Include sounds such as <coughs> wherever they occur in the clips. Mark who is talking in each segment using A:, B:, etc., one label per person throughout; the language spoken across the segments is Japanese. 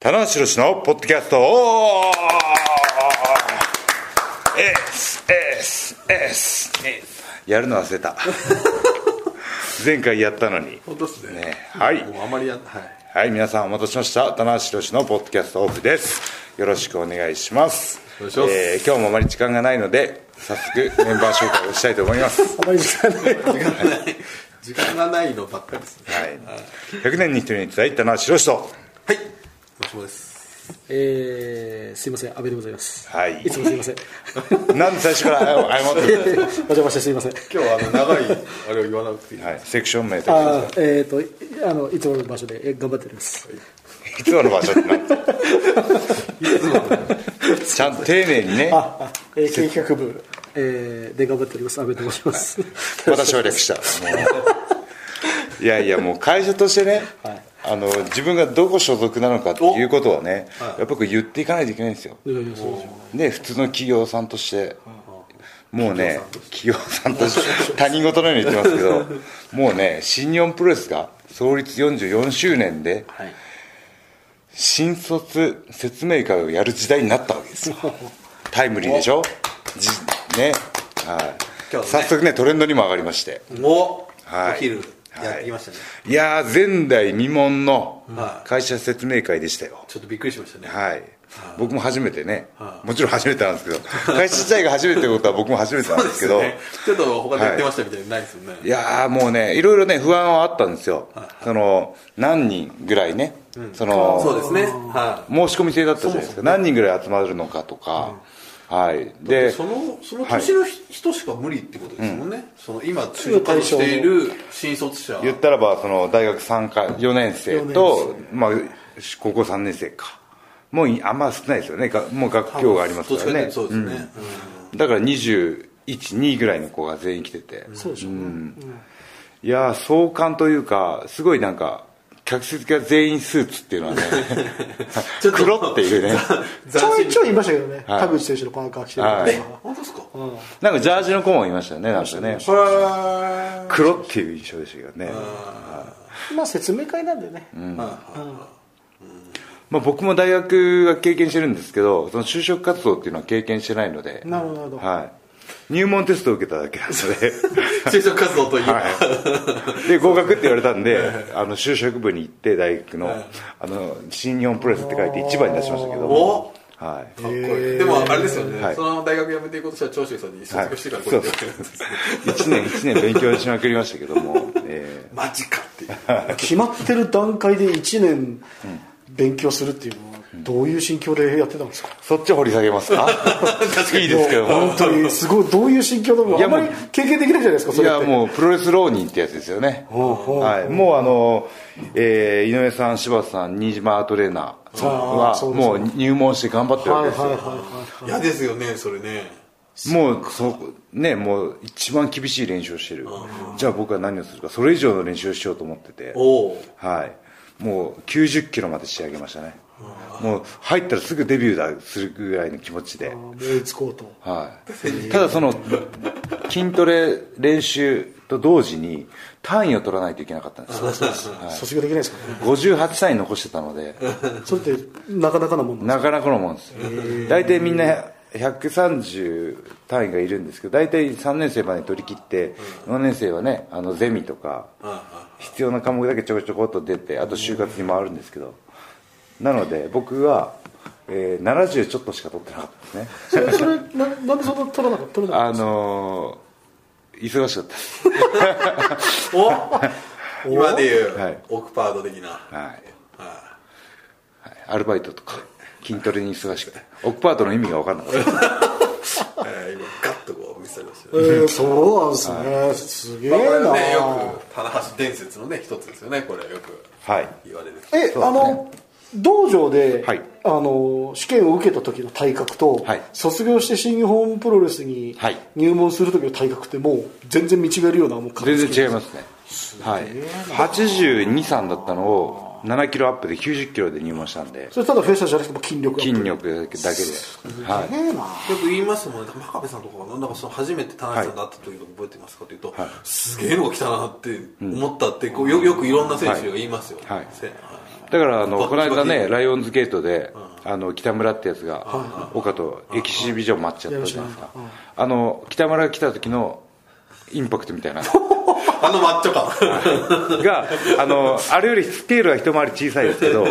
A: 棚橋宏のポッドキャストオーエスエスエスエスやるの忘れ
B: <laughs>
A: た前回やったのに
B: 本当ですね
A: ねはい
B: もうあまりやんはい
A: はい皆さんお待たせしました棚橋宏のポッドキャストオフですよろしくお願いします
B: お願いします
A: えー今日もあまり時間がないので早速メンバー紹介をしたいと思います
B: <laughs>
C: あまり時間ない
B: 時間がない時間がないのばっかりですね
A: はい、100年に一人に伝えた棚橋宏と
B: はいもしもです
C: えー、すいません阿部でございます
A: はい
C: いつもすいません
A: なんで最初から謝ってるんです
C: お邪魔してすいません
B: 今日はあの長いあれを言わなくていい
A: かはいセクション名とか
C: あーえっ、といあのいつもの場所でえ頑張っております
A: いつもの場所ってなんですかちゃんと丁寧にね
C: ああ、えー、経営企画部、えー、で頑張っております阿部と申します
A: 私は略したもういやいやもう会社としてね、あの自分がどこ所属なのかっていうことはね、やっぱり言っていかないといけないんですよ
C: いやいやそうでしょ
A: で普通の企業さんとして、もうね企業さんとして他人事のように言ってますけどもうね新日本プロレスが創立44周年で
C: はい
A: 新卒説明会をやる時代になったわけです
B: <laughs>
A: よタイムリーでしょじねはい
B: 今日ね
A: 早速ねトレンドにも上がりまして
B: お
A: はい
B: お昼やってきましたね
A: いやー前代未聞の
B: はい
A: 会社説明会でしたよ
B: ちょっとびっくりしましたね
A: はい僕も初めてね
B: はい
A: もちろん初めてなんですけ
B: <laughs>
A: ど会社自体が初めてってことは僕も初めてなんですけど
B: ねちょっと他でやってましたみたいにないですよね
A: いやーもうねいろいろね不安はあったんですよその何人ぐらいねその
B: そうですねは
A: 申し込み制だったじゃないですか何人ぐらい集まるのかとかはい
B: いで
A: で
B: そのその年の人しか無理ってことですもんねその今就活している新卒者
A: 言ったらばその大学3か4年生と
C: 四
A: まあ、高校3年生かもういあんま少ないですよねがもう学業がありますからね
B: どっちかっていうとそうですね
A: うんだから212ぐらいの子が全員来てて、
C: そうでしょう、
A: いやー壮観というかすごいなんか客席が全員スーツっていうのはね
B: <laughs> ちょっと
A: 黒っていう
B: <laughs>
A: ね
B: うん
C: ちょいちょいいましたけどね、
A: はい
C: 田口選手のパーカー着てる
A: はい
B: あ本当ですか
A: なんかジャージの子もいましたよねなんかね
B: <laughs> は
A: 黒っていう印象でしたけどね
C: まあ説明会なんでね、
B: い
A: まあ、僕も大学は経験してるんですけどその就職活動っていうのは経験してないので
C: なるほど
A: はい、入門テストを受けただけ <laughs> なので
B: 就職活動というか
A: で合格って言われたんであの就職部に行って大学の
B: い
A: あの新日本プロレスって書いて一番に出しましたけど
B: お
A: はい
B: かっこいいでもあれですよね、
A: はい
B: その大学辞めていくことしたら長州さんに卒業してからこうやってやってるんですね
A: 1年1年勉強しまくりましたけども、え
B: マジかっていう
C: 決まってる段階で1年勉強するっていうのはどういう心境でやってたんですか
A: ーそっち掘り下げます <laughs> かいいですけど
C: いや
A: も
C: 本当にすごいどういう心境だろ
A: いうや
C: あまり
A: もう
C: 経験できないじゃないですか
A: い
C: それっ
A: や
C: て
A: もうプロレス浪人ってやつですよね、
C: ほうほう
A: はい、もうあの、えー井上さん、柴田さん、新島トレーナーさん
C: あー
A: は
C: そうです
A: もう入門して頑張ってるわ
C: はい
A: け
C: はい
A: ですよ、
C: はいはい
B: 嫌ですよねそれね
A: もうそね、もう一番厳しい練習をしてる、じゃあ僕は何をするか、それ以上の練習をしようと思ってて、
B: おお
A: はい、もう90キロまで仕上げましたね、もう入ったらすぐデビューだするぐらいの気持ちで。
C: 燃えつこうと
A: はい、ただその筋トレ練習と同時に単位を取らないといけなかったんですよ
C: 卒業できないですからね
A: 58単位残してたので
C: それってなかなかなもんなんで
A: なかなかのもんですよ大体みんな130単位がいるんですけど大体3年生まで取り切って4年生はねあのゼミとか必要な科目だけちょこちょこっと出てあと就活に回るんですけどなので僕は、えー70ちょっとしか取ってなかったですね
C: すかそれそれななんでそんな取らなかった取らなか
A: あのー忙しかったです
B: お今でいう、
A: はい
B: オクパード的な、
A: はい
B: は
A: アルバイトとか筋トレに忙しくてオクパートの意味が分かんなかった
B: いえー今ガッとこう見せました
C: え
B: ね
C: ーそうなんですねすげえ
B: まあこれ
C: な
B: はねよく棚橋伝説のね一つですよねこれよく
A: はい
B: 言われる
C: え
A: そう
C: あの道場で
A: はい
C: あの試験を受けた時の体格と
A: はい
C: 卒業して新日本プロレスに
A: はい
C: 入門する時の体格ってもう全然見違えるようなもう
A: 全然違い
C: ま
A: ますねはい823だったのを7キロアップで90キロで入門したんで
C: それただフェイシャルじゃなくてもう筋力が
A: 筋力だけでは
C: すげえな
B: よく言いますもんね真壁さんとかがなんかその初めて田中さんと会った時とか覚えてますかというと、すげえのが来たなって思ったってこうよよくいろんな選手が言いますよ、
A: はい
B: せはい
A: だからあのこの間ねライオンズゲートで、あの北村ってやつが、岡とエキシビジョン待っちゃったじゃないですか、あの北村が来た時のインパクトみたいな
B: あのマッチョ感
A: があのあれよりスケールは一回り小さいですけど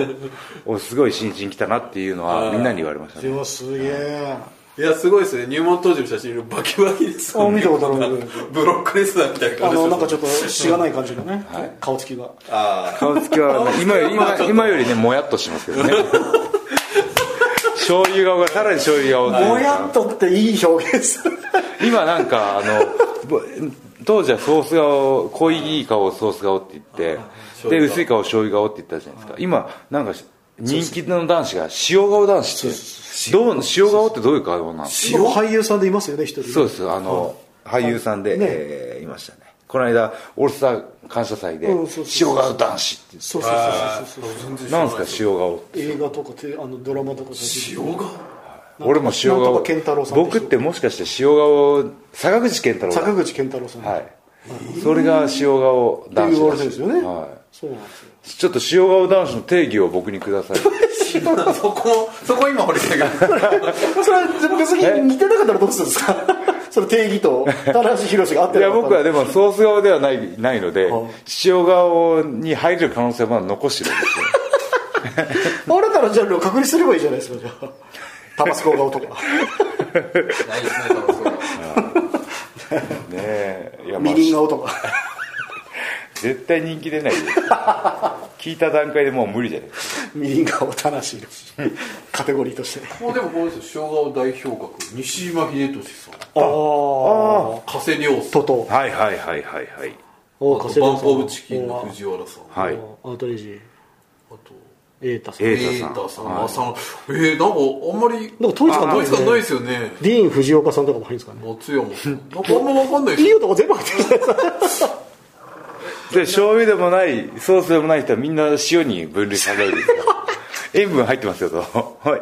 A: おすごい新人来たなっていうのはみんなに言われました
C: で
A: ね
C: もすげえ
B: いやすごいですね入門当時の写真バキバキです
C: あ見たことある
A: <laughs>
B: ブロックレスラーみたいな
C: あ
B: 感じ
C: のなんかちょっとしがない感じのね、顔つきが
B: あ
A: 顔つきはね、今より今今よりねもやっとしますけどね醤油顔がさらに醤油顔というか
C: ぼやっとっていい表現する
A: 今なんかあのぼ当時はソース顔濃い顔をソース顔って言ってで
B: 醤油顔
A: 薄い顔を醤油顔って言ったじゃないですか今なんか人気の男子が塩顔男子ってどう塩顔ってどういう顔なの
C: 今俳優さんでいますよね一人
A: そうですあの俳優さんで、
C: ね
A: えーいましたねこの間オールスター感謝祭で
C: うんそうそう
A: 塩顔男子って
C: そうそう
B: あ
C: そうそうそ
B: 全
C: う
B: 然知ら
A: なん
B: ない
A: ですか塩顔って
C: 映画とかてあのドラマとか
B: 塩が <laughs>
A: 俺も塩
C: なんと
A: 顔
C: か健太郎さんでしょ
A: 僕ってもしかして塩顔坂口健太郎だ
C: 坂口健太郎さん
A: はいそれが塩顔
C: って
A: 男
C: 言
A: 子
C: わ
A: ら
C: れて
A: し
C: る
A: い
C: んですよね、
A: はい
C: そうなんですよ
A: ちょっと塩顔男子の定義を僕にく
C: <laughs>
A: ださい
B: そこそこ今掘り下げる
C: それ別に似てなかったらどうするんですかその定義と田中宏が合って
A: い
C: る
A: や僕はでもソース顔ではないないので
C: はい
A: 塩顔に入る可能性はまだ残してるんですよ
C: 新たなジャンルを確立すればいいじゃないですかじゃ
A: <laughs>
C: あタバスコ顔とか
B: ないですね多分それは
A: ねえいやま
C: み
A: あ
C: りん顔とか
A: 絶対人気出 <laughs> ないよ聞いた段階でもう無理じゃないですか
C: みりん顔田中宏カテゴリーとして
B: もうでもこれですよ生姜代表格西島秀俊さん
C: ああ
B: 加瀬亮さん
C: トト
A: はいはいはいはいはい
C: お
B: あ
C: カ
B: と
C: セ
B: バ
C: ロ
B: ン
C: さ
B: コ
C: ん
B: ブチキンの藤原さんあ
A: はい
C: おアウトレイジ
B: と
C: エータさん
A: エ
B: エ
A: イタさん
B: ータさん浅野えーなんかあんまり
C: なんか統一感ない
B: 統一
C: ですね
B: 感ないですよね
C: ディーン・藤岡さんとかも入るんですかね
B: 松山さんなんかあんま分かんないです
C: いい
B: よ
C: 男全部入ってるじゃないですか
A: で醤油でもないソースでもない人はみんな塩に分類されるんですよ <laughs> 塩分入ってますよとはい
B: 本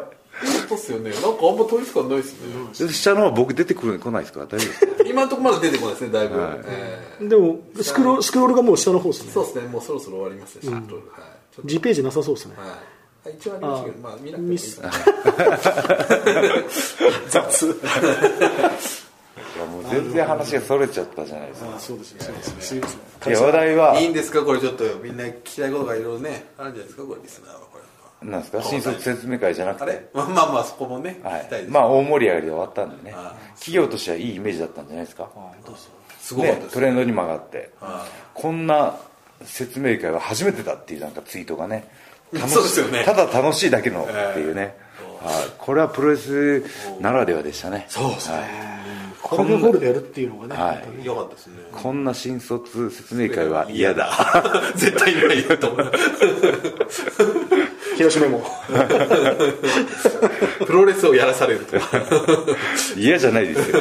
B: 当っすよねなんかあんま統一感ないですね
A: 下の方僕出てくる来ないですか大丈夫ですか
B: 今のところまだ出てこないですねだいぶえー
C: でもスクロールスクロールがもう下の方です
B: そう
C: ね
B: ですねもうそろそろ終わりますねちょっとはいちょっ
C: G ページなさそうですね
B: とはい一応ありましたけどまあ見なくてもいい
C: ミ
B: です
C: ス
B: ね
C: 雑
A: いやもう全然話がそれちゃったじゃないですか
C: あそうですねそうですねすいません
A: いや話題はい
B: いんですかこれちょっとみんな聞きたいことがいろいろねあるんじゃないですかこれリスナーはこれ
A: なんですか新卒説明会じゃなく
B: あれ
A: て、
B: まあまあまあそこもね
A: は
B: 聞きたい
A: い、
B: です
A: まあ大盛り上がりで終わったんでね
B: あ
A: 企業としてはいいイメージだったんじゃないですか
B: すごかった
A: ね
B: で、す
A: トレンドにも上がってこんな説明会は初めてだっていうなんかツイートがね楽しい
B: そうですよね
A: ただ楽しいだけのっていうね、はいこれはプロレスならではでしたね
B: そうですね
C: これでホールでやるっていうのがね、
A: はい
B: よかったですね
A: こんな新卒説明会は嫌だ
B: <laughs> 絶対見ないよと思う
C: 広島も
B: <laughs> プロレスをやらされ <laughs> ると
A: 嫌じゃないです
B: <laughs>
A: よ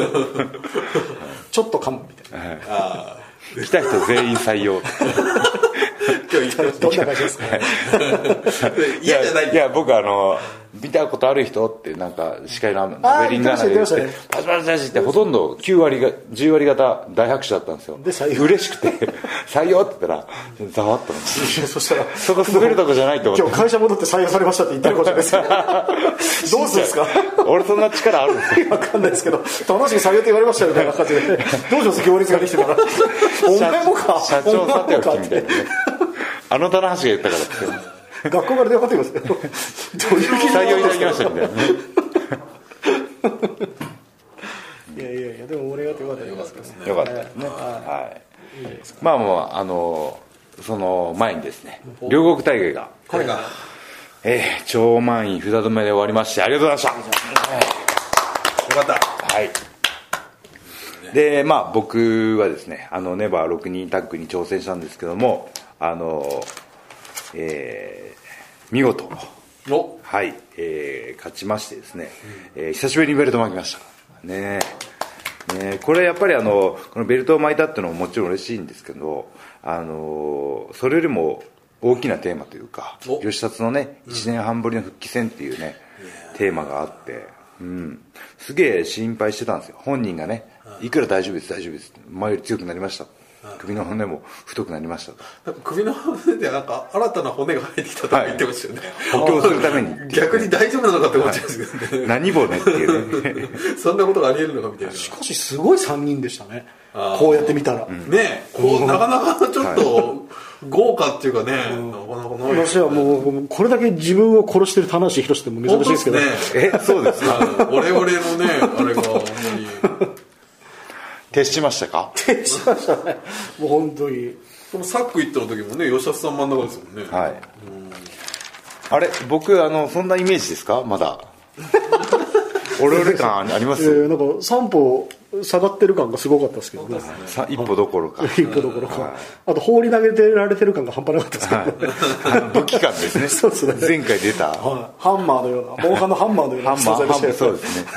C: ちょっとかもみたいな、
A: 来た人全員採用
B: 今日言って
C: どんな感じですか、
B: 嫌じゃない
A: やいや僕あの見たことある人ってなんか司会のアベリンガーナで言って
C: 言ってま
A: パチパチパチってほとんど9割が10割方大拍手だったんですよ
C: で採用
A: 嬉しくて <laughs> 採用って言ったらざわっとなって
C: そしたら
A: そこ滑るとこじゃないと思
C: 今
A: っ
C: 日会社戻って採用されましたって言ってることですよ
A: <laughs>
C: どうするんですか
A: て俺そんな力あるんですか
C: わかんないですけど楽しく採用って言われましたよみたいな感じでどうします行列ができてたら <laughs> お前もか
A: 社長さておき
C: お
A: み
C: 前もかった
A: いな
C: て
A: ねあの棚橋が言ったからって
C: 学校から電話かかってきますどういう気
A: 採用いただきましたみたいなね
C: いやいやいやでも俺がってよかったよかったですね
A: <laughs> よかったですね、はい、まあもうあのその前にですね両国大会が
B: これが
A: えー、超満員札止めで終わりましてありがとうございまし
B: よかった
A: たはいでまあ僕はですねあのネバー6人タッグに挑戦したんですけどもあのえー見事
B: お
A: はい、えー勝ちましてですね、えー久しぶりにベルト巻きましたねえねえこれやっぱりあのこのベルトを巻いたっていうのももちろん嬉しいんですけど、あのーそれよりも大きなテーマというか
B: お
A: 吉達のね1年半ぶりの復帰戦っていうね、テーマがあって、うん、すげえ心配してたんですよ本人がねいくら大丈夫です大丈夫です前より強くなりましたって首の骨も太くなりましたと
B: なんか首の骨でなんか新たな骨が入ってきたとか言ってましたよね、
A: 補強するためにっていう
B: 逆に大丈夫なのかって思っちゃうんですけどね、
A: 何骨っていう <laughs> ね
B: そんなことがありえるのかみたいな
C: しかしすごい3人でしたね
B: あー
C: こうやって見た
B: ね
C: ら、
B: えこうなかなかちょっと豪華っていうかね、なかなかない
C: 私はもうこれだけ自分を殺してる田無博士っても珍しいですけど
B: 本当ね
A: えそうですか <laughs>
B: あの我々のねあれがあんまり
A: 徹しましたか
C: 徹しましたね <laughs> もう本当に
B: このサック行った時もね吉田さん真ん中ですもんね、
A: はいあれ僕あのそんなイメージですかまだオレオレ感ありま
C: え
A: す、
C: ーなんか3歩下がってる感がすごかったですけどね
A: さ一歩どころか
C: 一歩どころかあと放り投げてられてる感が半端なかったですけどね、
A: 武器感ですね
C: <laughs> そうですね
A: 前回出たハン
C: はいハンマーのような防犯のハンマーのよう
A: マ
C: な
A: ーハンマ
C: でした
A: ー
C: よ
A: そうですね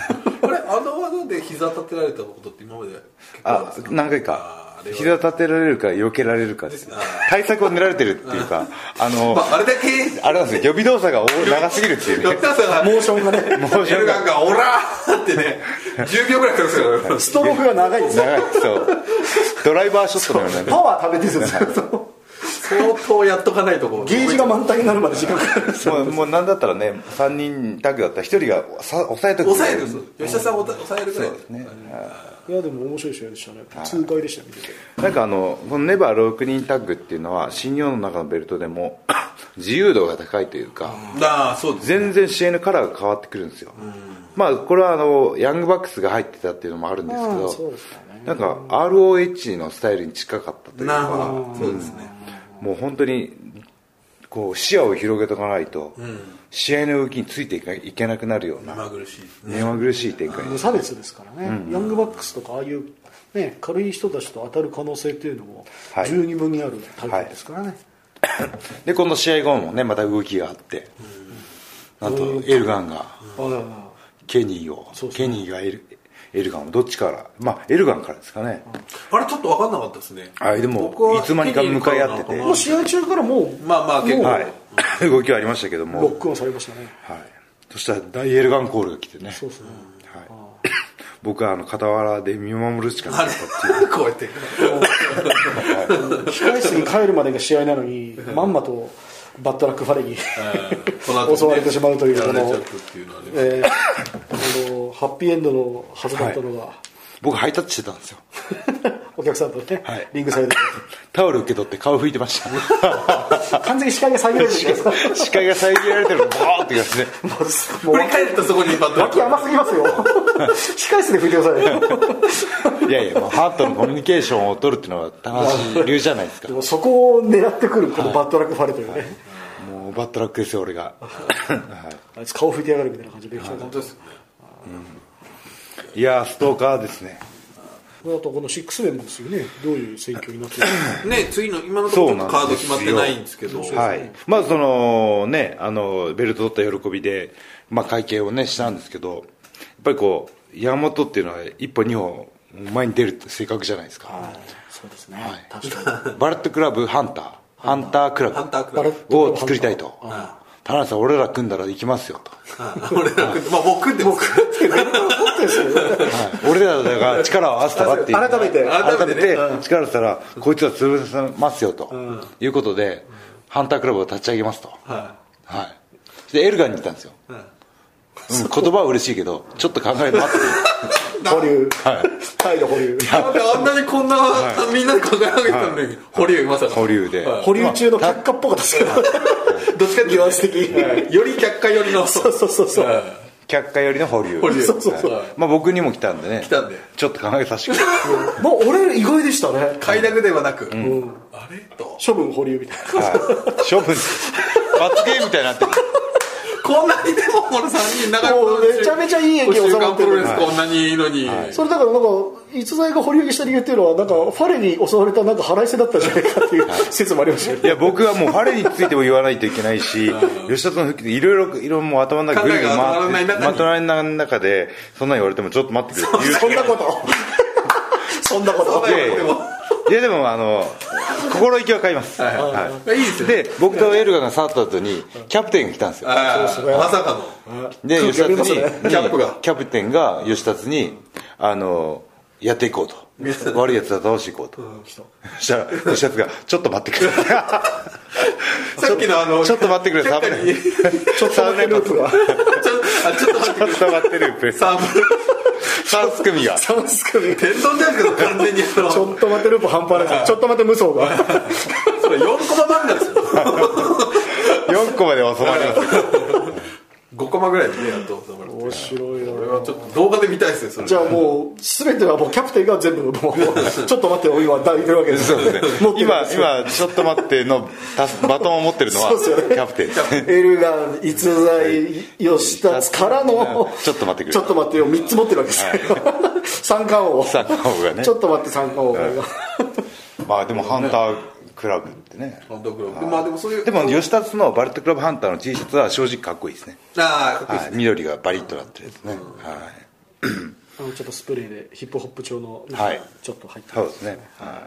B: あれあの技で膝立てられたことって今まで結構あるんで
A: あ
B: すか
A: 何回
B: あー
A: か
B: あれは
A: 膝立てられるか避けられるかです対策を練られてるっていうかあの
B: まあ、あれだ
A: <laughs>
B: け
A: あれなんですよ予備動作が多長すぎるっていうね
B: 吉田さんが
C: モーションがね
A: モーシ
B: エ
A: ョン
B: ルガン
A: が
B: が「オラ!」ってね10秒ぐらいかかるんです
C: ス
B: よ
C: トロークが長いですね
A: 長いそうドライバーショットのようなね
C: パワー食べてるんですよ
B: 相当やっとかないとこ
C: ゲージが満タンになるまで時間かかるんですよ
A: もうもうなんだったらね3人タッグだったら1人がさ抑えとく
B: 抑える吉田さんを抑えるぐらいです
A: ね
C: いやでも面白い試合でしたね痛快でした見てて
A: なんかあのこのネバー6人タッグっていうのは新日本の中のベルトでも <coughs> 自由度が高いというか
B: ああそうです
A: 全然試合のカラーが変わってくるんですよまあこれはあのヤングバックスが入ってたっていうのもあるんですけ
C: ああ
A: ど
C: そうですかね
A: なんか ROH のスタイルに近かったという
B: なるほ
A: か
B: どそうですね
A: もう本当にこう視野を広げとかないと試合の動きについていかいけなくなるような
B: 目まぐるしいですね
A: 目まぐるしい展開
C: 無差別ですからね、ヤングバックスとかああいう、ね、軽い人たちと当たる可能性っていうのも
A: はい
C: 十二分にあるタイプですからね、
A: でこの試合後もねまた動きがあってなんとエルガンが
C: あ
A: ケニーを
C: そうそう
A: ケニーがエルエルガンをどっちからまあエルガンからですかね
B: あれちょっと分かんなかったですね
A: あでも
B: 僕はい
A: つまにか向かい合ってて
B: ケニ
C: あ
B: ー
C: も
B: か
C: う試合中からもう、
B: まあまあ結構
C: もう
A: はい <laughs> 動きはありましたけども
C: ロックオンされましたね、
A: はいそしたら大エルガンコールが来てね
C: そうですね、
A: はい、 <laughs> 僕はあの傍らで見守るしかな
B: あ
A: かった
B: れ
A: っていう
B: こうやって
C: 控え室に帰るまでが試合なのに、まんまとバットラック・ファレに、
B: この後ね
C: 襲われてしまうという
B: やられちゃ
C: こ
B: っ
C: の
B: たっていうのはね
C: えーあのハッピーエンドのはずだったのが、
A: 僕ハイタッチしてたんですよ
C: <laughs> お客さんとね、
A: はい
C: リングされて、
A: タオル受け取って顔拭いてました <laughs>
C: 完全に視界が遮られてるじゃないですか
A: 視界が遮られてるのボーって感じで
C: もう
B: 振り返るとそこにバッド
C: 脇甘すぎますよ控え室で拭いてくださいよ
A: いやいやもうハートのコミュニケーションを取るっていうのは高橋流じゃないですか
C: でもそこを狙ってくるこのバットラックファレというね、
A: もうバットラックですよ俺が、 <laughs> は
C: あいつ顔拭いてやがるみたいな感じで、
B: 本当ですよね
A: い、いやーストーカーですね
C: あとこのシックスメンですよねどういう選挙になってる
B: ね次の今のところちょっとカード決まってないんですけど
A: はい、まずそのねあのベルト取った喜びで、まあ、会見をねしたんですけどやっぱりこう山本っていうのは一歩二歩前に出るって性格じゃないですか、
C: そうですね、確かに
A: <laughs> バレットクラブハンターハンタークラブ
B: ハンターク
C: バ
B: ラ
C: レッ
B: ブ
C: ト
A: を作りたいと
B: あ
A: 田中さん俺ら組んだら行きますよと、
B: あ俺ら組んでまあもう組んでますから
A: はい俺らが力を合わせたらっていう
C: 改めて
A: 改
B: 改
A: め
B: めてね
A: て力を合わせたらこいつは潰されますよということでハンタークラブを立ち上げますと
B: は
A: はいでエルガンに行ったんですよ
B: いはい
A: うん言葉は嬉しいけどちょっと考えます
C: 保留、態度保留
B: なんであんなにこんな、みんなで考え上げてたのに、保留まさか
A: 保留で
B: はい
C: 保留中の却下っぽかったですけど
B: どっちかっていうと
C: ニュアンス的に
B: はいより客観よりの
C: そうそうそうそう
B: はい
A: 却下よりの保留
B: 保留
C: そうそうそう
B: はい
A: まあ僕にも来たんでね
B: 来たんで
A: ちょっと考えさせてくれ
C: もう俺意外でしたね
B: 快諾ではなく、あれと
C: 処分保留みたいな
A: はい処分罰ゲームみたいになってる
B: こんなにでもこの3人長い
C: もうめちゃめちゃいい駅
B: 収
C: 収ま
B: 監
C: って
B: プロレ
C: る
B: スこんなにいいのに、
C: それだからなんか逸材が保留にした理由っていうのはなんかファレに襲われたなんか腹いせだったんじゃないかっていう説もありましたよ
A: いや僕はもうファレについても言わないといけないし吉田との復帰でいろいろいろもう頭の中ぐるぐる
B: 考えが
A: 回ってま
B: ま
A: と
B: と
A: まらない中でそんなに言われてもちょっと待ってくれって言う
C: そんなこ
A: <laughs>
C: とそんなこと
B: そんなことでも
A: いやでもあの心意気は買います、
B: はい
A: はい
B: い、いですよね
A: で僕とエルガが去った後にキャプテンが来たんですよ
B: あ
C: そうそう
B: あまさかの
A: で
C: 空気
A: 吉
C: 読
A: 田
C: め
A: に
C: ますね
A: に
B: キャップが
A: キャプテンが吉田にあのやっていこうと悪いやつは倒していこうと、そしたらそしたらやつが「ちょっと待ってください」
B: さっきのあの
A: ちょっと待ってください危ないちょっと待ってループがち
B: あちょっと待って
A: ょっと待ってループ
B: サーブ
A: 3組 <laughs> が
C: サンスクに
B: 天丼じゃないですか完全にあの
C: ちょっと待ってループ半端ないちょっと待って無双が
B: それ4コマ漫画ですよ
A: 4個まで収まりますよ
B: 5コマぐらいでねやっと収まる
C: 面白いな
B: これはちょっと動画で見たいですねそれ
C: じゃあもう全てはもうキャプテンが全部もうちょっと待ってよ今抱いてるわけです
A: そうです
C: 持
A: ね
C: ってるわ
A: 今
C: けですよ
A: 今ちょっと待ってのたすバトンを持ってるのは
C: そうですよ
A: キ
C: ね
A: ャプテンですね
C: エルガン逸材吉田からの
A: ちょっと待ってくれ
C: ちょっと待ってよ3つ持ってるわけですよ、三冠王
A: 三冠王がね
C: ちょっと待って三冠王が、
A: まあでもハンタークラブってね
B: 本当黒まあでもそういう
A: でも吉田のバレットクラブハンターの T シャツは正直かっこいいですね
B: ああかっこいいです
A: はい、緑がバリッとなってるやつね、はい、
C: あのちょっとスプレーでヒップホップ調の
A: はい
C: ちょっと入って
A: そう
C: ま
A: ですすね、は
B: ま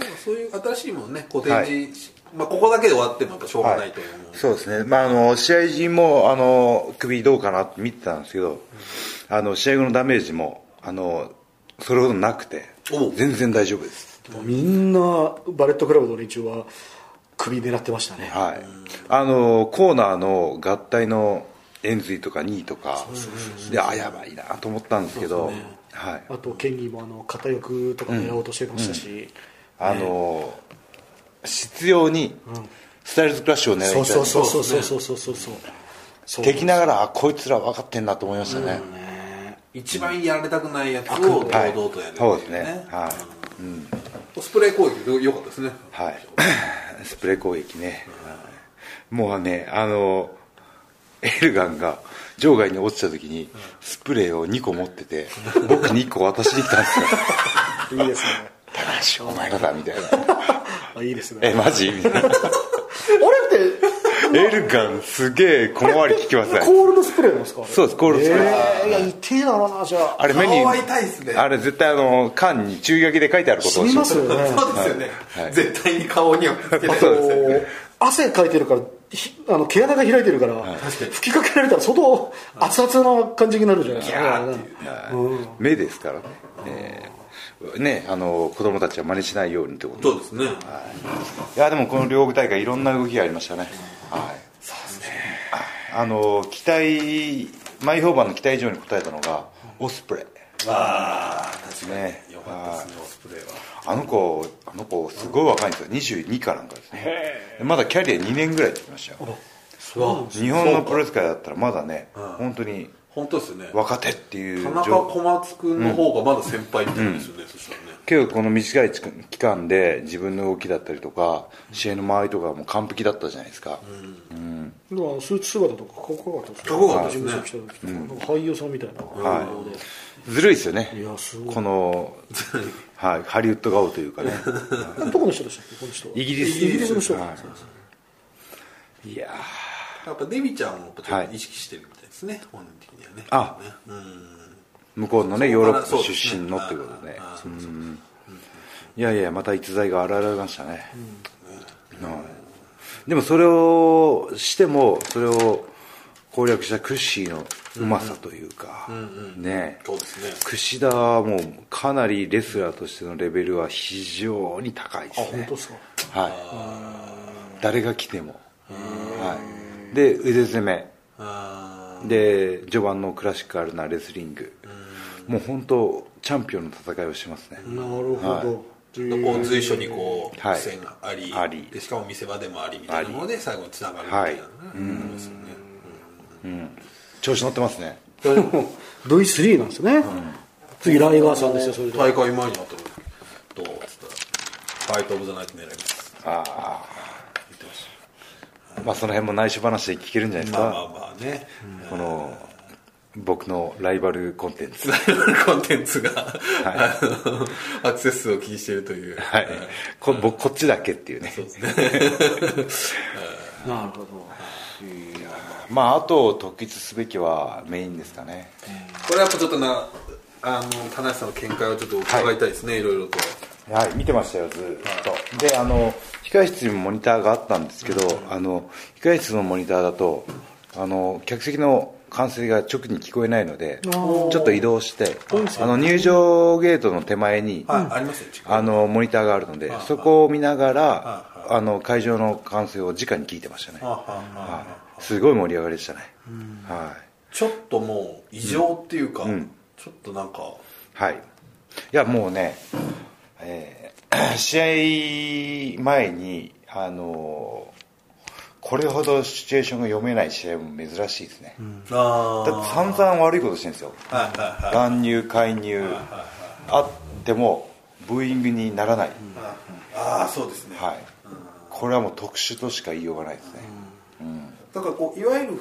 B: あ、そういう新しいもんね、こう展示し、まあ、ここだけで終わってもやっぱしょう
A: い
B: が
A: は
B: ない
A: い
B: と思う、、
A: そうですね、まあ、あの試合時もあの首どうかなって見てたんですけど、あの試合後のダメージもあのそれほどなくて
B: おう、
A: 全然大丈夫です、
C: もうみんなバレットクラブの連中は首狙ってましたね、
A: はい、あのコーナーの合体の円髄とか2位とか、であやばいなと思ったんですけど、はい、
C: あとケンギーもあの片翼とか狙おうとしてましたし、
A: あの執拗にスタイルズクラッシュを狙いた
C: そ
A: いう
C: そうそうそうそうそうそうそうそうそう
A: 敵ながらあこいつら分かってんなと思いましたね、
B: 一番やられたくないやつを堂々とや
A: は
B: る
A: い
B: っていう、ね
A: そうですねはい
B: コスプレ攻撃良かったですね
A: はい、 <laughs> スプレー攻撃ね、もうねあのエルガンが場外に落ちた時にスプレーを2個持ってて僕に1個渡しに来たんですよ
C: いいですね
A: 高橋お前らだみたいな
C: あいいですね
A: えマジみたいな
C: 俺って
A: エルガンすげえ小回り聞きますね
C: コールドスプレーなんですかあれ
A: そうですコールドスプレーです
C: えー、いや痛えだろうなじゃあ
A: あれ目に
B: 顔は痛いっすね
A: あれ絶対あの缶に注意書きで書いてあること
C: 死にますよね
B: そうですよね、
A: はいはい
B: 絶対に顔にはつけない
A: あそうですよ
C: 汗かいてるからひあの毛穴が開いてるから、吹きかけられたら相当熱々な感じになるじゃないですか
B: やーって
A: はい目ですからね、えーねあの子供たちは真似しないようにってこと
B: そうですね、
A: いやでもこの両国大会いろんな動きがありましたね、はい、そうですねあの期待前評判の期待以上に応えたのがオスプレイ
B: ああ確か
A: ね
B: によかったですねオスプレイは
A: あの子あの子すごい若いんですよ22かなんかですねまだキャリア2年ぐらいって言ってましたよ
B: そう
A: 日本のプロレス界だったらまだね本当に
B: 本当ですよね
A: 若手っていう
B: 田中
A: 状
B: 小松君の方がまだ先輩みたいですよね、そしたらね
A: 結構この短い期間で自分の動きだったりとか試合の間合いとかも完璧だったじゃないですか、
C: でもあのスーツ姿とかかっこよかったです
B: かっこよかったですね
C: 事務所来た時とかなんか俳優さんみたいな顔で、
A: ずるいですよね
C: いやすごい
A: この、はい、ハリウッド顔というかね
C: どこの人でしたっけこの人
A: イギリス
C: イギリスの人、
A: はいいやー
B: やっぱデビちゃんをやっぱちょっと意識してるみたいですね、本人的にはね
A: あ
B: ねうん
A: 向こうのねヨーロッパ
B: そうです
A: 出
B: ね
A: 身のってことでね
B: あー
A: うんいやいやまた逸材が現れましたね、はいでもそれをしてもそれを攻略した屈指のうまさというか、ね
B: そうですね
A: 櫛田はもうかなりレスラーとしてのレベルは非常に高いで
C: あ
A: す
C: 本
A: ね
C: 当ですか
A: はい誰が来てもはいで腕攻め
B: あー
A: で序盤のクラシカルなレスリングもう本当チャンピオンの戦いをしてますね
C: なるほ
A: はい
C: ど、とい
B: こう随所にこう
A: はい
B: 苦戦があり,、
A: あり
B: でしかも見せ場でもありみたいなもので最後につながるみたいなね、ありますよね
A: 調子乗ってますね
C: <laughs> もう V3 なんですね、次ライガーさんですよそれで
B: 大会前にあったのにどうっつったら「ファイト・オブ・ザ・ナイト狙います」
A: あ
B: 言ってまし
A: あまあその辺も内緒話で聞けるんじゃないです
B: たまあまあ
A: か
B: まあね、
A: この僕のライバルコンテンツ
B: コンテンツが、あのアクセス数を気にしているという、
A: はいこ僕こっちだけっていうね
B: そうですね
C: なるほど
A: まああと特筆すべきはメインですかね
B: これやっぱちょっとなあの田中さんの見解をちょっと伺いたいですね、い、ろいろと
A: はい、見てましたよ、ずーっと。で、あの、控室にもモニターがあったんですけど、あの、控室のモニターだと、あの、客席の歓声が直に聞こえないのでち
C: ー
A: ょっと移動してあの入場ゲートの手前に
B: はい、ありますよ近く
A: あのモニターがあるのでそこを見ながらあの会場の歓声を直に聞いてましたね
B: あはあはあはあ
A: すごい盛り上がりでしたねは
B: ちょっともう異常っていうか、ちょっとなんか
A: いはいいやもうねえー <coughs> 試合前にあのこれほどシチュエーションが読めない試合も珍しいですね
B: あ
A: だって散々悪いことしてるんですよ
B: はいはいはい
A: 乱入介入あってもブーイングにならない、
B: ああそうですね、
A: はいこれはもう特殊としか言いようがないですね、
B: だからこういわゆる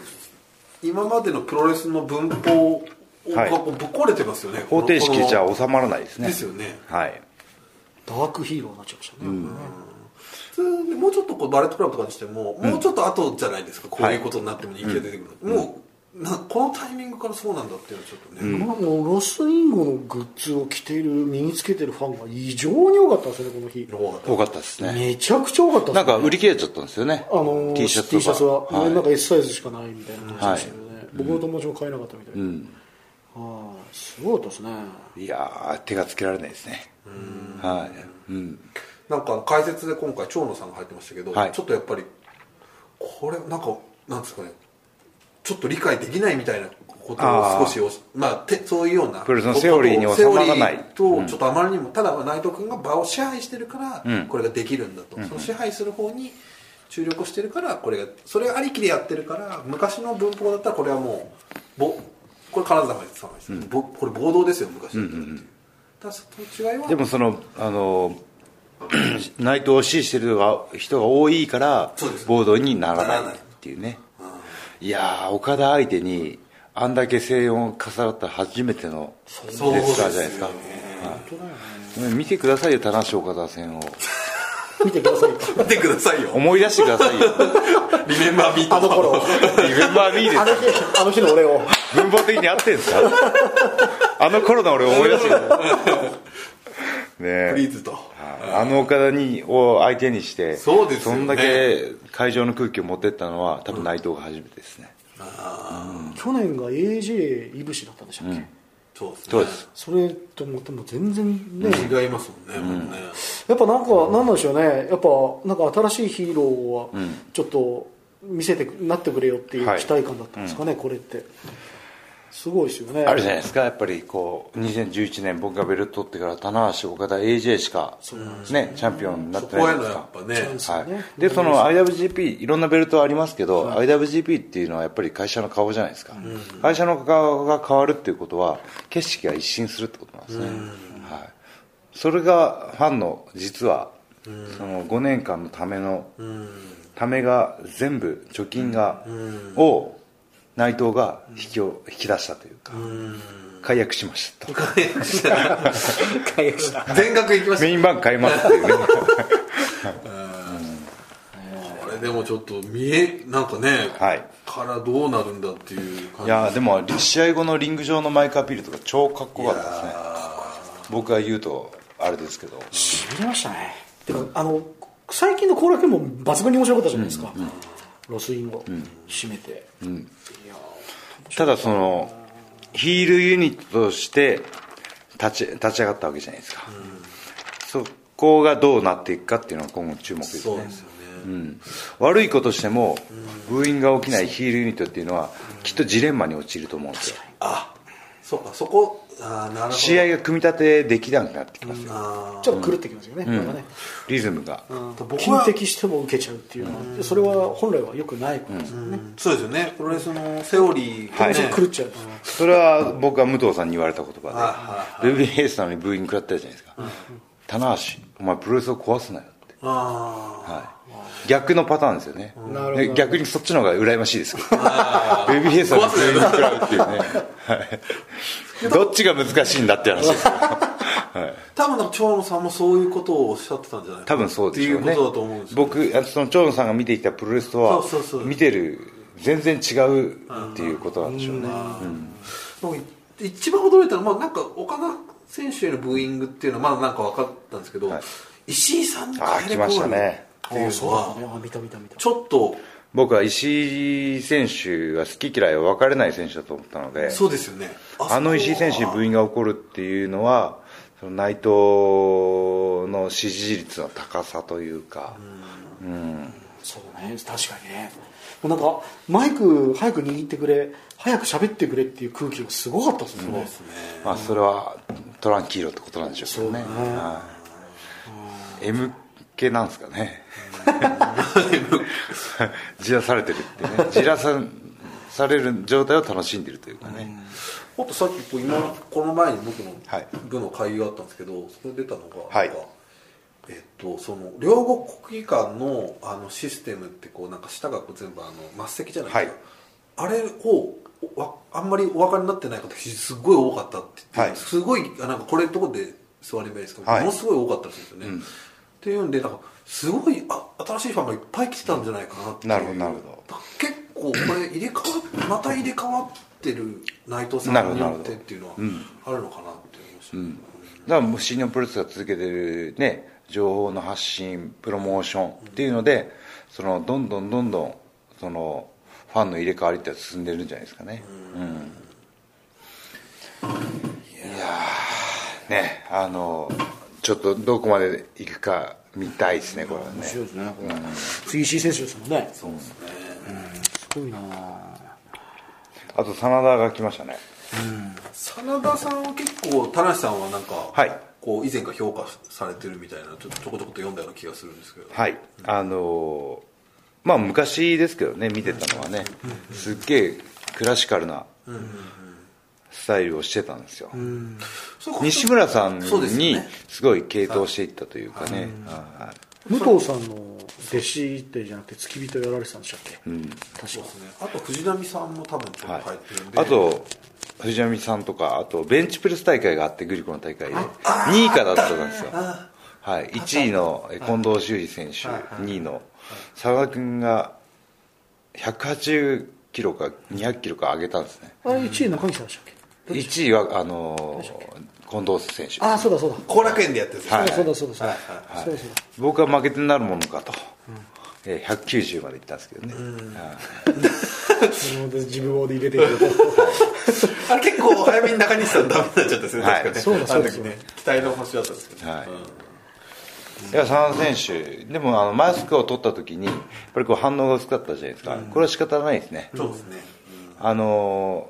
B: 今までのプロレスの文法
A: はい
B: がこうぶっ壊れてますよね、
A: 方程式じゃ
B: この
A: 収まらないですね
B: ですよね
A: はい
C: ダークヒーローになっちゃいましたね、
B: 普通でもうちょっとこうバレットクラブとかにしても、もうちょっと後じゃないですかこういうことになっても人気が出てくるの、もうなこのタイミングからそうなんだっていうのはちょっとね、
C: このもうロスインゴのグッズを着ている身につけてるファンが異常に多かったですねこの日
B: ロゴが
A: 多かったですね
C: めちゃくちゃ多かったです
A: なんか売り切れちゃったんですよね、
C: あのー
A: T
C: T
A: シ
C: シ
A: ャ
C: ャ
A: ツ
C: ツ
A: とか
C: は、
A: はい
C: なんか S サイズしかないみたいな感じでしたよね、僕の友達も買えなかったみたいな、はいすごかったですね
A: いやー手がつけられないですねはい、うん、
B: なんか解説で今回長野さんが入ってましたけど、
A: はい
B: ちょっとやっぱりこれなんかなんですかねちょっと理解できないみたいなこと
A: あー
B: を少しおしまあ、てそういうような
A: プロレスのセオリーに収まらない
B: ことをセオリーとちょっとあまりにも、ただ内藤君が場を支配してるから、
A: ん
B: これができるんだと、その支配する方に注力してるからこれがそれありきでやってるから昔の文法だったらこれはもうぼこれ金沢が言ってたんですけど、ぼこれ暴動ですよ昔だったらっていう、ただその違いは
A: でもそのあの <clears throat> 内藤を支持してる人が人が多いから
B: そうです
A: 暴動になら
B: なら
A: な
B: ないい
A: っていうねいやー岡田相手にあんだけ声援を重なった初めてのレス
B: そうです
A: ラ
B: よ
A: ーじ
B: ね
A: ゃないですかうん見てくださいよ田中岡田戦を
C: 見てください
B: 見てくださいよ
A: 思い出してくださいよ
B: リメンバーミート
C: <laughs> あの頃
A: リメンバーミーで
C: あの
A: す
C: 日あの日の俺を
A: 文法的に合ってんすかあの頃の俺を思い出してくださいね
B: フ
A: え
B: リーズと
A: はいあの岡田にを相手にして
B: そうですよね
A: んだけ会場の空気を持ってったのは多分内藤が初めてですね、
C: 去年が AJ いぶしだったんでしたっけ、
B: そうですね
A: そうです
C: それと思っても全然ね、
B: 違いますもんね、もうね
C: やっぱなんか、なんなんでしょうね、やっぱなんか新しいヒーローは、ちょっと見せてくなってくれよっていう
A: はい
C: 期待感だったんですかね、これって、すごいですよね、
A: あるじゃないですかやっぱりこう2011年僕がベルト取ってから棚橋岡田 AJ しか、ねチャンピオンにな
B: そ
A: ってない
B: こ
A: じゃないで
B: への
A: す
B: や
A: か
B: っぱね
C: ですよね
A: はい、でその IWGP いろんなベルトはありますけど、IWGP っていうのはやっぱり会社の顔じゃないですか、会社の顔が変わるっていうことは景色が一新するってことなんですね、はい、それがファンの実はその5年間のためのためが全部貯金がを内藤が引きを引き出したというか解約しましたと
C: 解約した、
B: 全額いきま
A: <laughs>
B: し
A: メインバンク買いますっていうね
B: たこれでもちょっと見えなんかね、
A: はい
B: からどうなるんだっていう感
A: い
B: じ
A: やでも試合後のリング上のマイクアピールとか超かっこよかったですね僕が言うとあれですけど
C: しびれましたね、てか、あの最近の後楽園も抜群に面白かったじゃないですか、ロスインを締めて、
A: ただそのヒールユニットとして立ち立ち上がったわけじゃないですか、そこがどうなっていくかっていうのは今後注目です
B: そう
A: ね
B: ですよね、
A: うん悪いことしてもブーイングが起きないヒールユニットっていうのはきっとジレンマに陥ると思うんですよ
B: あそうかそこあーなるほど
A: 試合が組み立てできなくなってきますよ
B: あ
C: ちょっと狂ってきますよね、なんかね。
A: リズムが、
B: 僕は
C: 金敵しても受けちゃうっていうのは、それは本来はよくないことですよね、
B: ーそうですよねプロレスのセオリーが
A: はい
B: ね、
C: 狂っちゃう、
A: それは僕は武藤さんに言われた言葉
B: は
A: で、ルビーヘイスなのにブーイング食らってたじゃないですか、棚橋、お前、プロレスを壊すなよって、
B: あー
A: はい、逆のパターンですよね、
C: なるほど
A: で逆にそっちの方が羨ましいですけ
B: <laughs>
A: ど、ルビーヘイスなのにブーイング食らうっていうね、はい、どっちが難しいんだって話ですよ、はい、
B: 多分なんか長野さんもそういうことをおっしゃってたんじゃないか
A: 多
B: な
A: 分そうでしょう
B: ってい
A: ね
B: うことだと思うんですよ
A: 僕あその長野さんが見ていたプロレスとは
B: そうそうそう
A: 見てる全然違うっていうことなんでしょうね、
B: なんか一番驚いたのは、まあ、なんか岡田選手へのブーイングっていうのはまだなんか分かったんですけど、
A: はい
B: 石井さんに
A: あー来ましたね
B: っていうの
C: そうだ
B: は
C: ねあ見た見た見た
B: ちょっと
A: 僕は石井選手は好き嫌いは分かれない選手だと思ったので
B: そうですよねそこは
A: あの石井選手に部員が起こるっていうのはその内藤の支持率の高さというか、
C: そうね確かにねもうなんかマイク早く握ってくれ早く喋ってくれっていう空気がすごかったですよね,、
A: まあ、それはトランキーロってことなんでしょうけどね
C: そうね
A: はい、M 系なんですかね <laughs> じらされてるってねじらさされる状態を楽しんでるというかね、
B: もっとさっきこう今この前に僕の
A: はい
B: 部の会議があったんですけどそれ出たのが、
A: はい
B: なんかえっと、その両国国技館のあのシステムってこうなんか下がこう全部あの末席じゃないですか、あれをおわあんまりお分かりになってない方すっごい多かったって言って、
A: はい
B: すごいあなんかこれのとこで座ればいいですか、
A: はい
B: ものすごい多かったらしいんですよね、っていうんでなんかすごいあ新しいファンがいっぱい来てたんじゃないかなっていう
A: なるほどなるほど
B: 結構これ入れ替わまた入れ替わってる内藤さ
A: なるほ
B: ん
A: ど
B: に
A: な
B: よ
A: るほど
B: ってっていうのはあるのかなって思いました、
A: だからもう新日本プロレスが続けてるね情報の発信プロモーションっていうのでそのどんどんどんどんそのファンの入れ替わりって進んでるんじゃないですかねうん、いやーねあのちょっとどこまで行くか見たいですねこれはね
C: 面白いですねこれ、次石井選手ですもんねそうですねすごいな
A: あと真田が来ましたね
B: 真田さんは結構田無さんはなんか、
A: はい
B: こう以前から評価されてるみたいなちょちょこちょこっと読んだような気がするんですけど、
A: はいあのーまあ昔ですけどね見てたのはねすっげえクラシカルなスタイルをしてたんですよ、
B: そうか
A: 西村さん
B: そうですよ
A: に
B: ね
A: すごい傾倒していったというかね、はい
C: 武藤さんの弟子ってじゃなくて付き人やられてたんでしたっけ、確か
B: そうですねあと藤波さんも多分ちょ
A: は
B: っ
A: い
B: と入ってるんで、
A: あと藤波さんとかあとベンチプレス大会があってグリコの大会で2位かだったんですよ、はい、1位のえ近藤修二選手2位の澤田君が180キロか200キロか上げたんですね
C: あれ1位中西さんでしたっけ
A: 1位はあのー近藤選手
C: ああそうだそうだ
B: 後楽園でやってるんですよ
A: はい
C: そうだそうだそうだ、
B: はいは
C: そうだそうだ
A: 僕は負けてなるものかと、えー190までいったんですけどね、はい
C: 自分で自分を入れてくれて
B: あれ結構早めに中西さんダメになっちゃったんですよね、
A: はい
B: 確かね
C: そうだそうだ
B: あの時ね期待の星だったんですけど、
A: はい
B: うん
A: いや真田選手、でもあのマスクを取った時に、やっぱりこう反応が薄かったじゃないですか、これは仕方ないですね、
B: そうですね、
A: あの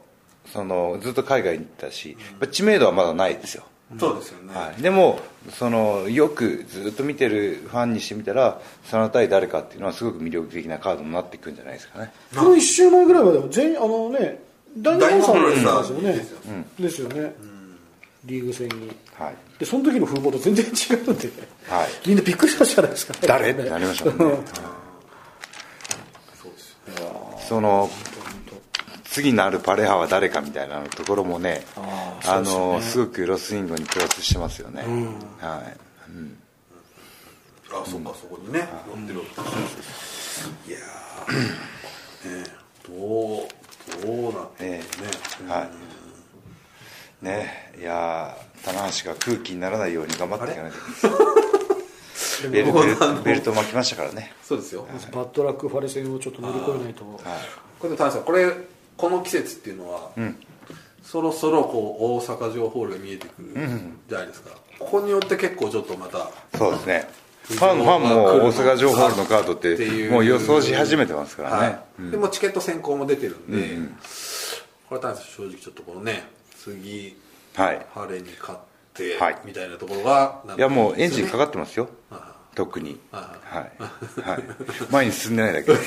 A: ーそのずっと海外に行ったし、やっぱ知名度はまだないですよ、
B: うんそうですよね、
A: はい、でもその、よくずっと見てるファンにしてみたら、真田対誰かっていうのは、すごく魅力的なカードになっていくんじゃないですかね、
C: この1週前ぐらいまでも全員あのね大日本さんのやつなんですよ
B: う
C: ねですよねリーグ戦に
A: はい、
C: でその時の風貌と全然違うんで、
A: はい
C: みんなびっくりしたじゃないですか
A: 誰ってなりましたもんね、
B: そうですよ
A: その次なるパレハは誰かみたいなところもね、あのーすごくロスインゴにプラスしてますよね。はい
B: あそっか、そこにね乗ってるわけですねいやーねどうどうなってんのね
A: ええはい。ねいやー、棚橋が空気にならないように頑張っていかないといけない。ベルベルベルト巻きましたからね。
B: そうですよ
C: バッドラックファレ戦をちょっと乗り越えないと
B: これでも田中さんこれこの季節っていうのは、そろそろこう大阪城ホールが見えてくるじゃないですか、ここによって結構ちょっとまた
A: そうですね。ファンファンも大阪城ホールのカードっ
B: ってい
A: て
B: う
A: もう予想し始めてますからね。
B: はいでもチケット先行も出てるんで、これは正直ちょっとこのね次
A: はい。
B: 晴れに勝って、
A: はい
B: みたいなところがなんか
A: いやもうエンジンかかってますよ
B: あ。
A: 特に。は
B: あ
A: い。はい。前に進んでないだけで。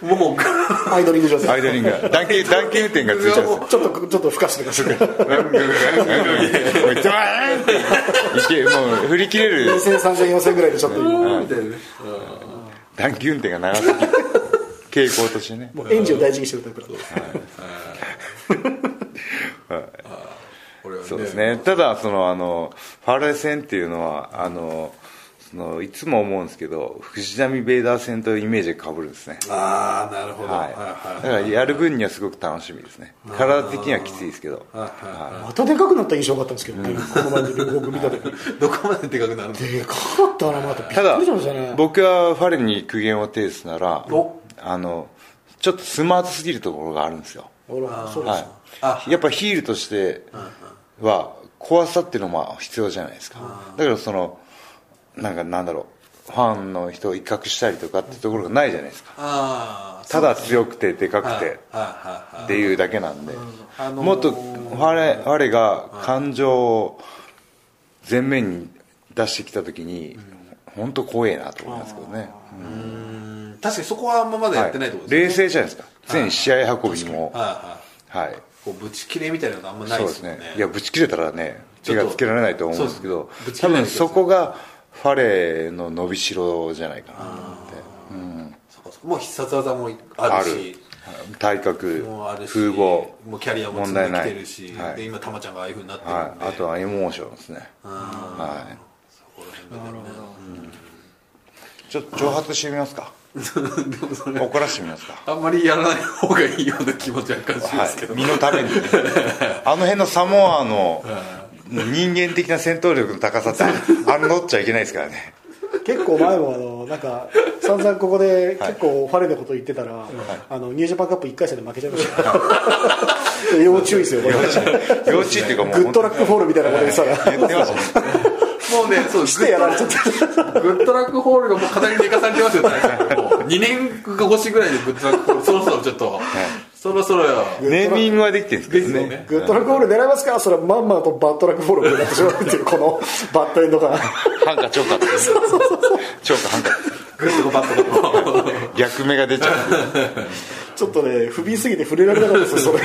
B: もう
C: アイドリング上手
A: アイドリングが。断球、断球運転がついちゃうんですよ
C: ちょっとちょっとふかしてください
A: いけもう振り切れる
C: 2000、3000、4000ぐらいでちょっと今
B: みたい
A: <laughs>
B: なね
A: 短期運転が長すぎる傾向としてね
C: もうエンジンを大事にしてるタイプだと
B: これはね
A: そうですねただそのあのファーレ戦っていうのはあのそのいつも思うんですけど藤波ベイダー戦とイメージがかぶるんですね
B: ああなるほど、は
A: はいい
B: は
A: だ
B: い
A: からやる分にはすごく楽しみですね体的にはきついですけどは
C: またでかくなった印象があったんですけどね、この前の両国見た時
B: どこまででかくなるの
C: でかかったなまたび
A: い
C: ったく
A: だ
C: りしましたね
A: 僕はファレに苦言を呈すなら
B: お
A: あのちょっとスマートすぎるところがあるんですよ、
C: あらそうですか
A: はい、やっぱヒールとしては怖さっていうのも必要じゃないですかだからそのなんかなんだろうファンの人を威嚇したりとかってところがないじゃないですか
B: ああ
A: ただ強くてでかく
B: はいはい
A: て
B: はい
A: っていうだけなんで、
B: あのー
A: もっと我我が感情を前面に出してきた時に本当怖えなと思いますけどね、
B: うん確かにそこはあんままだやってないとこ
A: は
B: ろ
A: い
B: で
A: 冷
B: す
A: 静
B: ね
A: じゃないですか常に試合運びも
B: はいはい
A: はい
B: こうぶち切れみたいなのがあんまない
A: そう
B: で
A: ですす
B: も
A: ね
B: んね
A: いやぶち切れたらね
B: ちょ
A: 手
B: っと
A: がつけられないと思うんですけど多
B: そうですぶち切れない
A: 分
B: でください
A: そこがファレの伸びしろじゃないかなと思ってうん
B: そうかそうかもう必殺技もあるし
A: はい体格
B: もうあるし
A: 風貌
B: もうキャリアも積んできてるし
A: 問題ないはい
B: で今たまちゃんがああいうふうになってるんで、
A: はいあとはエモーションですねはい
B: そこら辺がね
A: ちょっと挑発してみます
B: <laughs>
A: か
B: でもそれ
A: 怒らしてみますか
B: あんまりやらない方がいいような気持ちは感じま
A: は
B: すけど、
A: い身のためにあの辺のサモアの人間的な戦闘力の高さってあの乗っちゃいけないですから
B: <laughs>
A: ね
C: 結構前もあのなんか散々ここで結構ファレのこと言ってたら、あのニュージャパンカップ1回戦で負けちゃいましたから要注意ですよこれ
A: 幼稚っていうかもう
C: グッドラックフォールみたいなことでしたら
A: 言ってましたね
B: もうね
A: <laughs>
B: そう
C: してやられちゃった
B: グッドラックホールがもうかなり寝かされてますよ、2年越しぐらいでグッドラックホール、そろそろちょっ
A: <laughs>
B: と、そろそろよ、
A: ネーミングはできてるんですけど
B: ですよ
A: ね
B: ね
C: グッドラックフォール狙いますからそれはまんまとバッドラックフォールになってしまうっていうこのバッドエンドが
A: ハンカチョーカーってね <laughs> チョーカーハンカ
B: グッドバッドバッド
A: チ逆目が出ちゃう
C: ちょっとね不憫すぎて触れられなかったですよそれ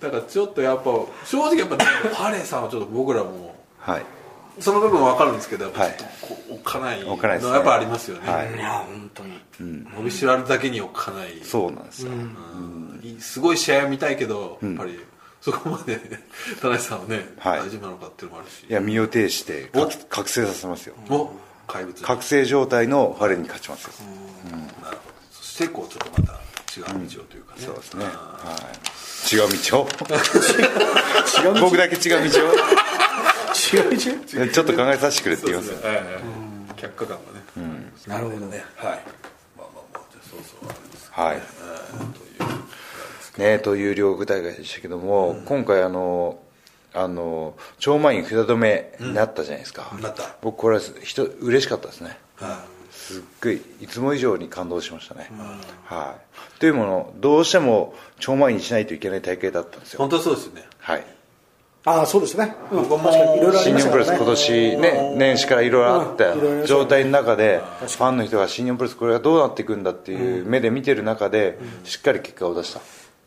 B: だからちょっとやっぱ、正直やっぱ、ね、パレーさんはちょっと僕らも、
A: はい
B: その部分は分かるんですけど、やっぱ
A: はい
B: ちょっとこう置かないの
A: 置かないですね
B: やっぱありますよね、
A: はい
C: や本当に
B: 伸びしろあるだけに置かない、
A: そうなんですよ
B: うんすごい試合を見たいけど、やっぱりそこまで、田中さんはね、
A: はい
B: 大丈夫なのかっていうのもあるし
A: い、や身を挺して
B: お
A: 覚覚醒させますよ
B: お怪物。
A: 覚醒状態のファレに勝ちますよ
B: なるほどそしてこうちょっとまた違う道をというかね、
A: そうですねはい違う道を僕だけ違う道を <laughs>
C: 違う違う
A: ちょっと考えさせてくれって言いますよ
B: ええ却下感がね、なるほどねはいまあまあまあじゃあそうそうあれです
A: はい
B: けどという
A: ね、という両国大会でしたけども、今回あのあの超満員札止めになったじゃないですか、
B: うんなった
A: 僕これは人嬉しかったですね
B: は
A: すっごいいつも以上に感動しましたね、はいというものどうしても超満員にしないといけない大会だったんです
B: い
A: よ
B: 本当そうですよね
A: はい
C: ああそうですね、うん、
B: 僕も
C: 確かにいろいろあり
A: 新
C: ま
A: 日
C: し
A: 本プ
C: たか
A: ロレス
C: ら
A: 今
C: ね
A: 年ね年始からいろいろあっ
C: うんいろいろありました
A: た
C: ね
A: 状態の中でファンの人が新日本プロレスこれがどうなっていくんだっていう目で見てる中でしっかり結果を出した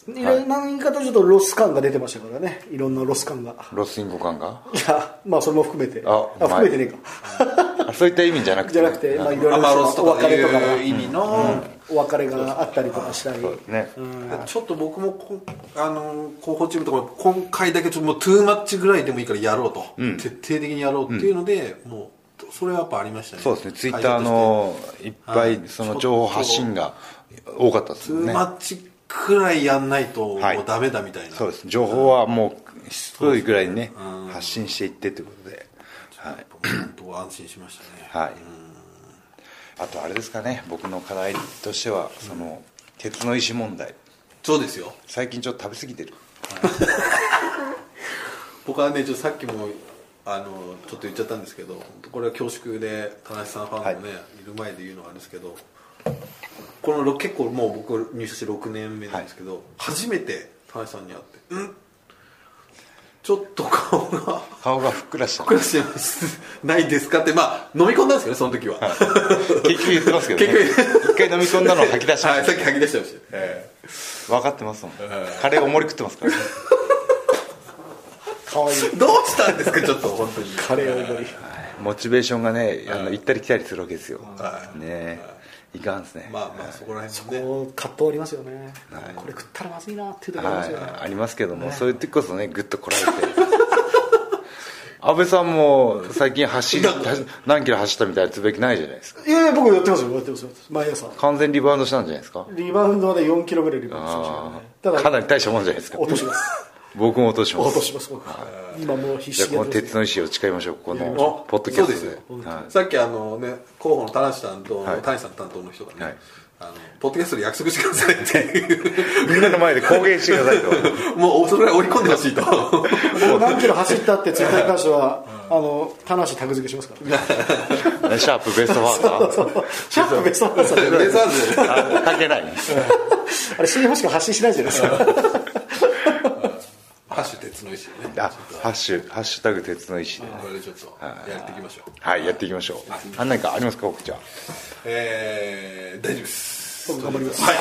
C: いろんな言い方でちょっとロス感が出てましたからねいろんなロス感が
A: ロスインゴ感が
C: いやまあそれも含めて
A: あうまい
C: 含めてねえか
A: あそういった意味じゃなくて
C: じゃなくて、まあ、いろいろ
B: アマロス
C: お
B: とか
C: 別れとか
B: いう意味の、
C: お別れがあったりとかしたり
A: そうですね、
B: ちょっと僕もこあの広報チームとか今回だけちょっともうトゥーマッチぐらいでもいいからやろうと、徹底的にやろうっていうので、もうそれはやっぱありましたね
A: そうですね、ツイッターのいっぱ
B: はい
A: いその情報発信が多かったです
B: ツー
A: ね
B: マ。ッチくらいやんないともう
A: はい
B: ダメだみたいな、
A: そうです、情報はもうしつこいぐらいにね、発信していってということで、はい、
B: 本当安心しましたね、
A: はい、あとあれですかね、僕の課題としては、その鉄の石問題、
B: そうですよ
A: 最近ちょっと食べ過ぎてる、
B: 僕はねちょっとさっきもあのちょっと言っちゃったんですけどこれは恐縮で田中さんファンのね、い、る前で言うのがあれですけどこのろ結構もう僕入社して6年目なんですけど、初めて田中さんに会って「うんちょっと顔が
A: 顔がふっくらした、
B: ふっくらしてますないですか?」ってまあ飲み込んだんですけどその時は、
A: 結局言ってますけどね、一回飲み込んだのを吐き出しま
B: はい
A: し
B: さっき吐き出してました、
A: た、分かってますもん、カレーおもり食ってますからね、
C: かわいい
B: どうしたんですかちょっと本当に
C: カレーおごり
A: モチベーションがね、あの行ったり来たりするわけですよ、
B: はい
A: ねいかんですね。
B: まあまあそこら辺もね
C: もう葛藤ありますよね、これ食ったらまずいなっていうところありますよね、
A: はい、ありますけども、そういう時こそねグッとこらえて <laughs> 安倍さんも最近走り走何キロ走ったみたいなつぶやきないじゃないですか
C: い、やいや僕やってますよやってますよ毎朝
A: 完全リバウンドしたんじゃないですか
C: リバウンドはね4キロぐらいリバウンドしました
A: あー
C: からね
A: か
C: た
A: な
C: だ
A: り大したもんじゃないですか
C: 落とします
A: 僕も落とします
C: 落とします僕今もう必
A: じゃあ
C: 死
A: この
C: でやってます
A: 鉄の石を誓いましょうこ
B: お
A: のポッドキャストで
B: そうですよ
A: は
B: さっきあのね候補の田無さんと
A: はい
B: 谷さん担当の人がね、
A: はい
B: あのポッドキャストで約束してくださいっていう <laughs>
A: みんなの前で公言してくださいと
B: もうそれぐらい織り込んでほしいと
C: 僕何キロ走ったってツイッターに関しては、あの田無タグ付けしますから、ね、 <laughs>
A: シャープベストファーザ
C: シャープベストアンサーじゃない
B: レーザーズ
A: ーあ関係ない
C: あれ CM しか発信しないじゃないですか
B: ハッシュ鉄の石ね
A: あハッシュハッシュタグ鉄の石で
B: これでちょっとやっていきましょう
A: はいやっていきましょうあ何かありますか奥ちゃん
B: えー、大丈夫です
C: 僕頑張ります
B: はい、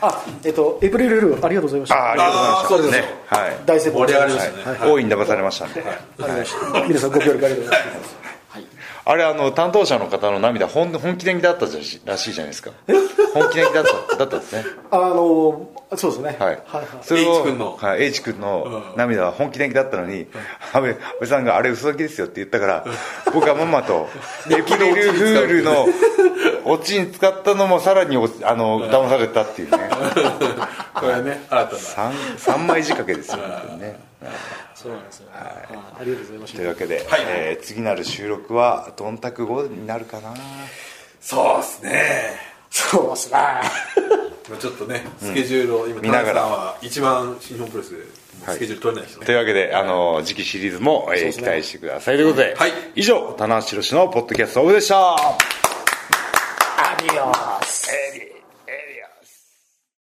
C: あえっとエイプリルルールありがとうございまし
A: あ
C: た
A: ありがとうございましたね
C: 大成功
B: 盛り上がりましたね、
A: はい、はい、大いに騙されましたね、
C: 皆さんご協力ありがとうございます
A: あれあの担当者の方の涙本本気でだったじゃしらしいじゃないですか本気でだっただったん <laughs> ですね
C: あのそうですね、
A: はい、
C: はいはい
A: それを
B: H 君の
A: はい、H 君の涙は本気でだったのに安倍安倍さんがあれ嘘だけですよって言ったから僕はママ <laughs> とエプリルフールのオチに使ったのもさらにおあの騙されたっていうね
B: これはね新たな
A: 3, 三枚仕掛けですよ本当にね
C: そうなんですよ、はいありがとうございまし
A: と
C: た
A: いうわけで、えー次なる収録はどんたく後になるかな
B: そうですね
C: そうっすな
B: まあちょっとねスケジュールを、今
A: 見ながら
B: 田中さんは一番新日本プロレスで
A: はい
B: スケジュール取れない人ね、
A: というわけで、あの次期シリーズも、えー
C: です
A: 期
C: ね
A: 待してくださいということで、
B: はい
A: 以上棚橋宏のポッドキャストオブでした
C: アディオス